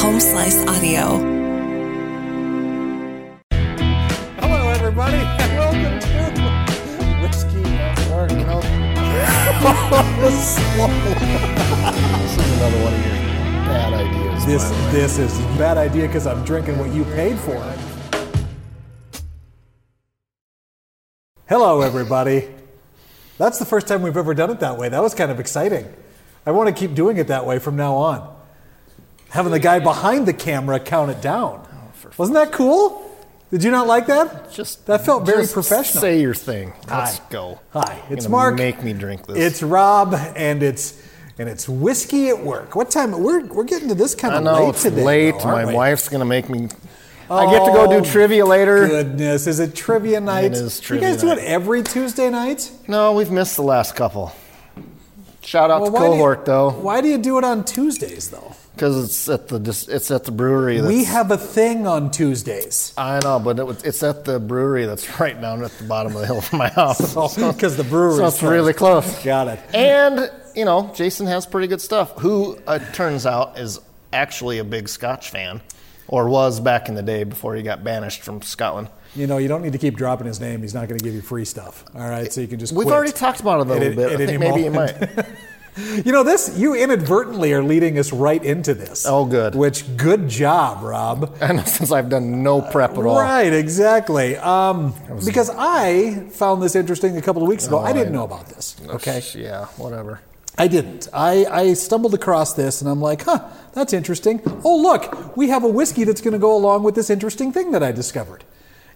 home slice audio. Hello, everybody. Welcome to Whiskey Dark Milk. This is another one of your bad ideas. This, by the way. this is a bad idea because I'm drinking what you paid for. Hello, everybody. That's the first time we've ever done it that way. That was kind of exciting. I want to keep doing it that way from now on. Having the guy behind the camera count it down. Oh, Wasn't that cool? Did you not like that? Just that felt very just professional. Say your thing. Let's Hi. go. Hi, it's Gonna Mark. Make me drink this. It's Rob, and it's and it's whiskey at work. What time? We're we're getting to this kind I of know late it's today. late. though, My aren't we? wife's gonna make me. I get to go Oh, do trivia later. Goodness, is it trivia night? is you trivia guys do it night. every Tuesday night? No, we've missed the last couple. Shout out Well, to why do you- cohort though, Why do you do it on Tuesdays though? because it's at the dis- it's at the brewery. That's, we have a thing on Tuesdays. I know, but it, was- it's at the brewery that's right down at the bottom of the hill from my house. Oh, because the brewery. so it's really close. Got it. And, you know, Jason has pretty good stuff, who uh, turns out is actually a big Scotch fan, or was back in the day before he got banished from Scotland. You know, you don't need to keep dropping his name. He's not going to give you free stuff. All right, so you can just. We've quit. already talked about it a At little a- bit. at I any think maybe you moment. might. You know this. You inadvertently are leading us right into this. Oh, good. Which good job, Rob. I know since I've done no prep at all. Right, exactly. Um, because I found this interesting a couple of weeks ago. I didn't know about this. Okay. Yeah, whatever. I didn't. I, I stumbled across this and I'm like, huh, that's interesting. Oh, look, we have a whiskey that's going to go along with this interesting thing that I discovered.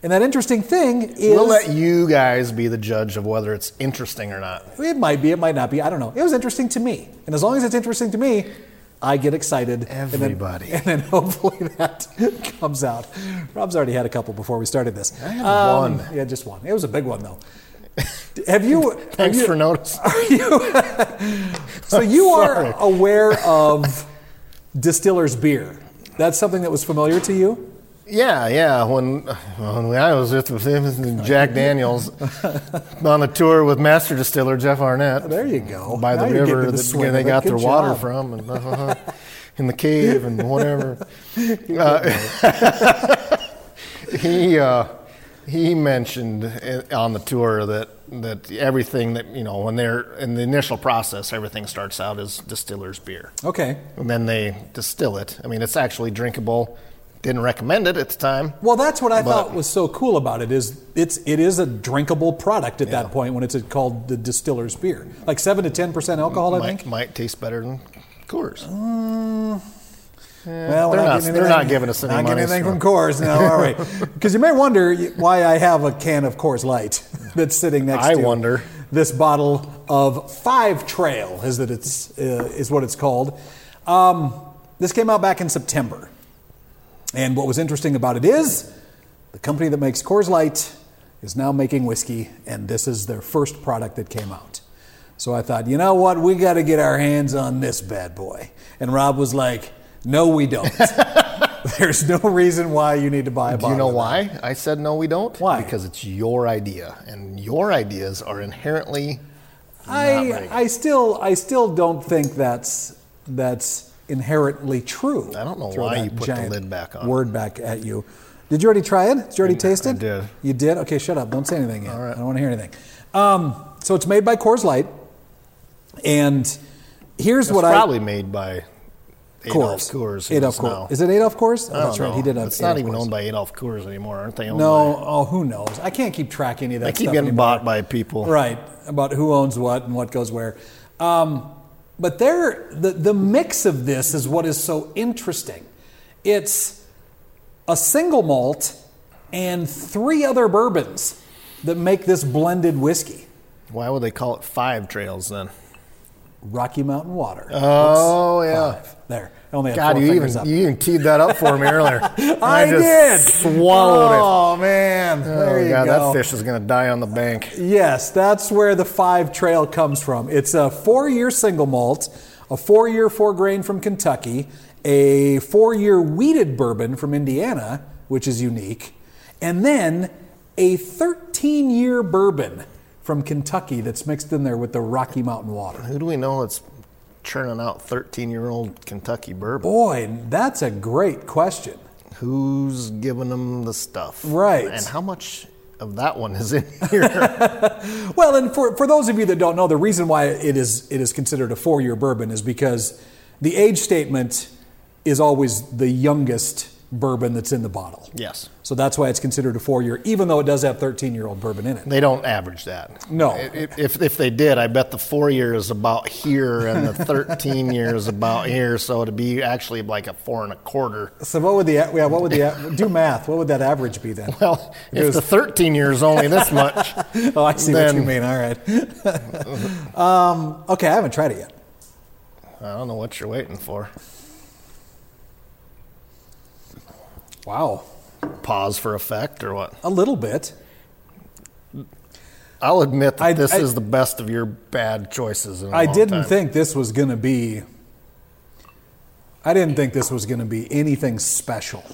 And that interesting thing is. We'll let you guys be the judge of whether it's interesting or not. It might be, it might not be. I don't know. It was interesting to me. And as long as it's interesting to me, I get excited. And then- Everybody. And then, hopefully that comes out. Rob's already had a couple before we started this. I had one. Yeah, just one. It was a big one, though. Have you. have Thanks you, for noticing. So you are Sorry. aware of distiller's beer. That's something that was familiar to you? Yeah, yeah. When, when I was with Jack Daniels on a tour with master distiller Jeff Arnett. There you go. By the Now you're getting river to the that swing they of it. got their Good water job. from, and uh, in the cave and whatever. Uh, he uh, he mentioned i- on the tour that that everything that you know when they're in the initial process, everything starts out as distiller's beer. Okay. And then they distill it. I mean, it's actually drinkable. Didn't recommend it at the time. Well, that's what I But- thought was so cool about it is it's it is a drinkable product at that point when it's called the distiller's beer, like seven to ten percent alcohol, I might, think. might taste better than Coors. Oh. well, we're they're not- getting they're not giving us any not money, getting anything so. from Coors now, are we? Because you may wonder why I have a can of Coors Light that's sitting next. I to wonder. this bottle of Five Trail is that it's uh, is what it's called. Um, this came out back in September, and what was interesting about it is the company that makes Coors Light is now making whiskey, and this is their first product that came out. So I thought, you know what, we got to get our hands on this bad boy. And Rob was like, No, we don't. There's no reason why you need to buy a Do bottle. you know of that." why I said no? We don't. Why? Because it's your idea, and your ideas are inherently. I, right. I still I still don't think that's that's inherently true. I don't know Throw why that you put the giant lid back on. Word back at you. Did you already try it? Did you already taste it? I did. You did? Okay, shut up. Don't say anything yet. I don't want to hear anything. Um, so it's made by Coors Light, and here's It's what probably I made by Adolf Coors Coors. who Adolf is now- Coors. Is it Adolf Coors? Oh, I don't that's know. right. He did have. It's not Adolf even Coors. owned by Adolf Coors anymore, aren't they? Owned No. Oh, who knows? I can't keep track any of that. By, I keep stuff getting anymore. bought by people. Right, about who owns what and what goes where. Um, but there, the, the mix of this is what is so interesting. It's a single malt and three other bourbons that make this blended whiskey. Why would they call it Five Trails then? Rocky Mountain Water. Oh yeah. Five. There. I only had God, four you fingers even up. you even teed that up for me earlier. And I, just did. Swallowed it. Oh man. there oh you God, go. that fish is gonna die on the bank. Yes, that's where the five trail comes from. It's a four year single malt, a four year four grain from Kentucky, a four year weeded bourbon from Indiana, which is unique, and then a 13 year bourbon from Kentucky that's mixed in there with the Rocky Mountain water. Who do we know that's churning out 13 year old Kentucky bourbon? Boy, that's a great question. Who's giving them the stuff? Right. And how much of that one is in here? Well, and for, for those of you that don't know, the reason why it is it is considered a four year bourbon is because the age statement is always the youngest bourbon that's in the bottle. yes. So that's why it's considered a four year, even though it does have 13 year old bourbon in it. They don't average that. No. I- i- If, if they did, I bet the four year is about here and the 13 year is about here. So it'd be actually like a four and a quarter. So what would the yeah what would the do math? What would that average be then? Well, It if was- the 13 year is only this much, oh, I see what you then- mean. All right. um, okay, I haven't tried it yet. I don't know what you're waiting for. Wow, Pause for effect or what? a little bit. I'll admit that I- this I- is the best of your bad choices. In a I long didn't time. think this was going to be. I didn't think this was going to be anything special.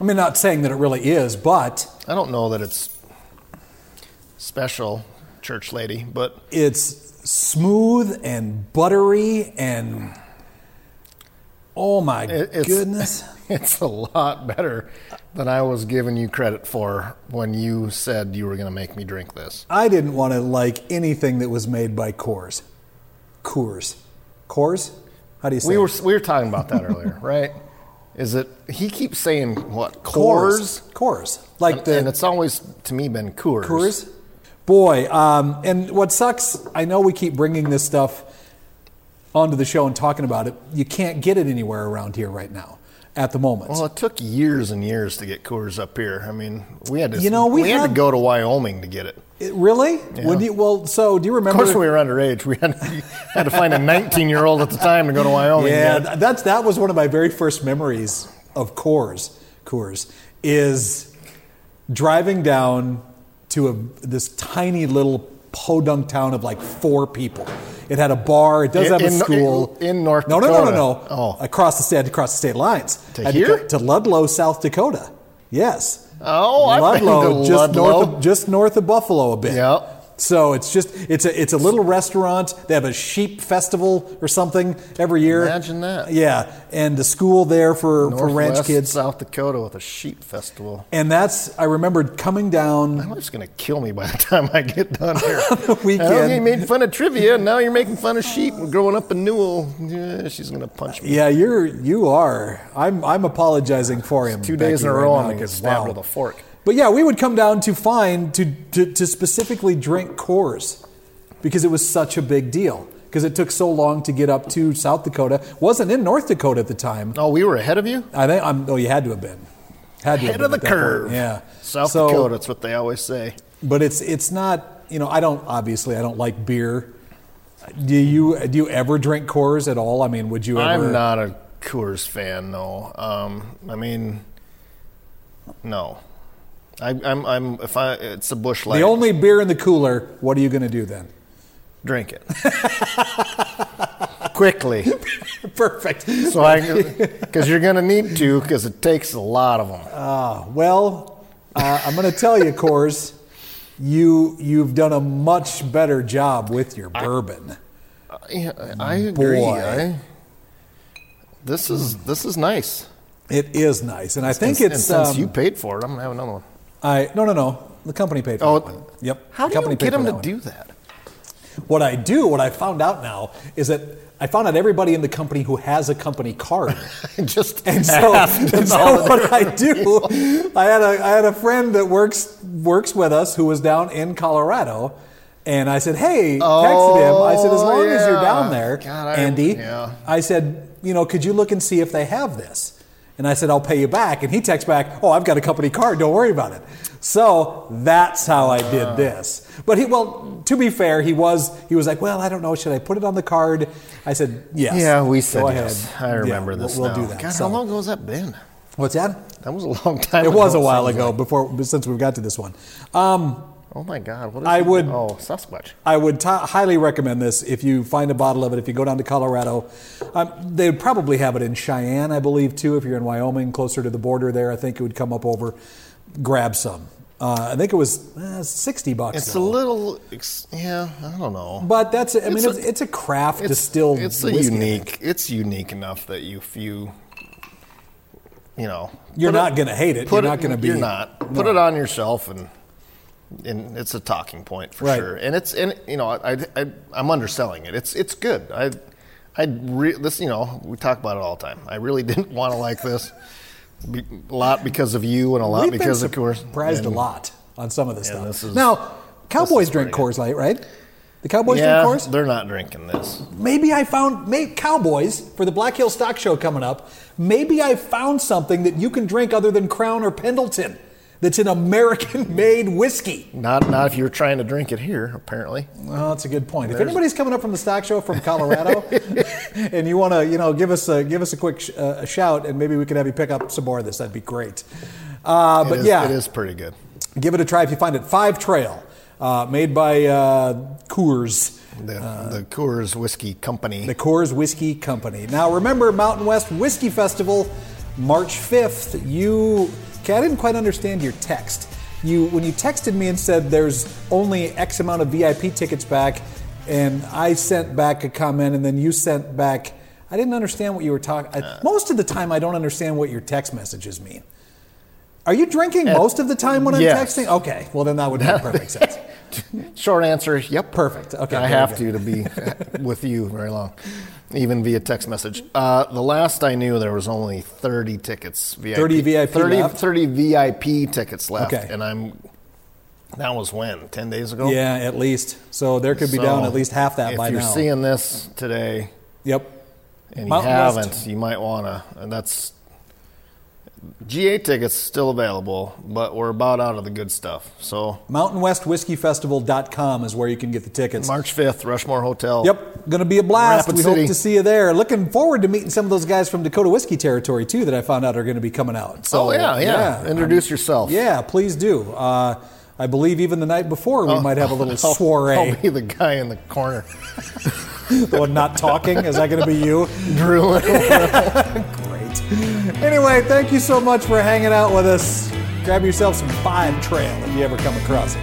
I mean, not saying that it really is, but I don't know that it's special, church lady, but it's smooth and buttery and. Oh my It- it's- goodness. it's a lot better than I was giving you credit for when you said you were going to make me drink this. I didn't want to like anything that was made by Coors. Coors. Coors? How do you say We it? were we were talking about that earlier, right? Is it he keeps saying what Coors. cores, Coors. Like the and it's always to me been Coors. Coors? Boy, um, and what sucks, I know we keep bringing this stuff onto the show and talking about it. You can't get it anywhere around here right now at the moment. Well, it took years and years to get Coors up here. I mean, we had to You know, we had to had- go to Wyoming to get it. It- really? When you, well, so do you Of remember? course, when we were underage. We had, had to find a 19 year old at the time to go to Wyoming. Yeah, to get it. th- that's that was one of my very first memories of Coors. Coors is driving down to a, this tiny little podunk town of like four people. It had a bar. It does In- have a in- school in- in North No, no, no, no, no. Dakota. Oh. across the state, across the state lines. To Had here? go- to Ludlow, South Dakota. Yes. Oh, I've been Ludlow, to just north Ludlow. of, just north of Buffalo a bit. Yep. So it's just it's a it's a little restaurant. They have a sheep festival or something every year. Imagine that. Yeah, and the school there for for ranch Northwest kids. South Dakota with a sheep festival. And that's I remembered coming down. I'm just gonna kill me by the time I get done here. weekend. Well, you made fun of trivia, and now you're making fun of sheep. And growing up in Newell, yeah, she's gonna punch me. Yeah, you're you are. I'm I'm apologizing for him. Two days Becky, in a right row, now, I'm gonna get 'cause, stabbed wow. with a fork. But yeah, we would come down to find to to, to specifically drink Coors because it was such a big deal. Because it took so long to get up to South Dakota. Wasn't in North Dakota at the time. Oh, we were ahead of you. I think I'm. Oh, you had to have been. Had to have Head been of the at that point, curve. Yeah. South So- Dakota. That's what they always say. But it's it's not. You know, I don't obviously. I don't like beer. Do you do you ever drink Coors at all? I mean, would you ever? I'm not a Coors fan, though. Um, I mean, no. I, I'm, I'm. If I, it's a bush light. The only beer in the cooler. What are you going to do then? drink it quickly. Perfect. So I, because you're gonna need to, because it takes a lot of Uh, them. Well, uh, I'm going to tell you, Coors, you you've done a much better job with your bourbon. yeah, I agree. boy. I, this is this is nice. It is nice, and I think and, it's. and since um, you paid for it, I'm gonna have another one. I no no no. The company paid for Oh, that one. Yep. How the do company you paid get for them that to one. do that? What I do, what I found out now, is that I found out everybody in the company who has a company card. Just And so, asked and is so all it- what I do, I had a I had a friend that works works with us who was down in Colorado, and I said, "Hey," texted him. I said, "As long as you're yeah. down there, Oh, God, I- Andy," yeah. I said, "You know, could you look and see if they have this?" And I said, "I'll pay you back." And he texts back, "Oh, I've got a company card. Don't worry about it." So that's how I did this. But he, well, to be fair, he was he was like, "Well, I don't know. Should I put it on the card?" I said, "Yes." yeah, we said Go yes. ahead. I Yeah, remember we'll- this. We'll, now. do that. God, So- how long ago has that been? What's that? That was a long time. It ago, was a it while seems ago like. before since we've got to this one. Um, Oh my God! What is I it? would- Oh, Sasquatch. I would ti highly recommend this if you find a bottle of it. If you go down to Colorado, um, they would probably have it in Cheyenne, I believe, too. If you're in Wyoming, closer to the border there, I think it would come up over. Grab some. Uh, I think it was uh, sixty bucks. It's though. a little, ex- yeah, I don't know. but that's. I mean, It's it's, a- it's, a craft It's distilled. It's a whiskey. unique. It's unique enough that you, if you, you know, uh, You're put it- not going to hate it. put You're not going to be. You're not. Put it on your shelf, and and it's a talking point for Right. sure. And it's and you know I I I'm underselling it. It's it's good. I I re, this you know we talk about it all the time. I really didn't want to like this. Be, a lot because of you, and a lot We've been because of course. surprised and- a lot on some of this and stuff. this is- now, Cowboys is drink pretty Coors Light, right? The Cowboys Yeah, drink Coors. they're not drinking this. Maybe I found may, Cowboys for the Black Hill Stock Show coming up. Maybe I found something that you can drink other than Crown or Pendleton. That's an American-made whiskey. Not not if you're trying to drink it here. Apparently, Well, that's a good point. if anybody's coming up from the stock show from Colorado, and you want to, you know, give us a give us a quick sh- uh, a shout, and maybe we could have you pick up some more of this. That'd be great. Uh, It but is- yeah, it is pretty good. give it a try if you find it. Five Trail, uh, made by uh, Coors, The, the Coors Whiskey Company. the Coors Whiskey Company. Now remember, Mountain West Whiskey Festival, March fifth. You, okay, I didn't quite understand your text. You when you texted me and said there's only X amount of VIP tickets back, and I sent back a comment, and then you sent back. I didn't understand what you were talking. Most of the time, I don't understand what your text messages mean. Are you drinking most of the time when I'm Uh, yes. texting? Okay, well then that would make perfect sense. Short answer, yep. Perfect. Okay, I very have good. to to be uh, with you very long, even via text message. Uh, the last I knew, there was only 30 tickets. VIP, 30 VIP 30, left? 30 VIP tickets left. Okay. And I'm, that was when? 10 days ago? Yeah, at least. So there could be Oh. So, down at least half that if by you're now. seeing this today yep. and Mountain you West. haven't, you might want to. And that's, GA tickets still available, but we're about out of the good stuff. So MountainWestWhiskeyFestival.com is where you can get the tickets. March 5th, Rushmore Hotel. Yep, going to be a blast. Rapid we City. hope to see you there. Looking forward to meeting some of those guys from Dakota Whiskey Territory too that I found out are going to be coming out. So Oh, yeah, yeah. Introduce yourself. Yeah, please do. Uh, I believe even the night before Oh. we might have a little I'll- soiree. I'll be the guy in the corner the one not talking is that going to be you? drooling. Great. Anyway, thank you so much for hanging out with us. Grab yourself some fine trail if you ever come across it.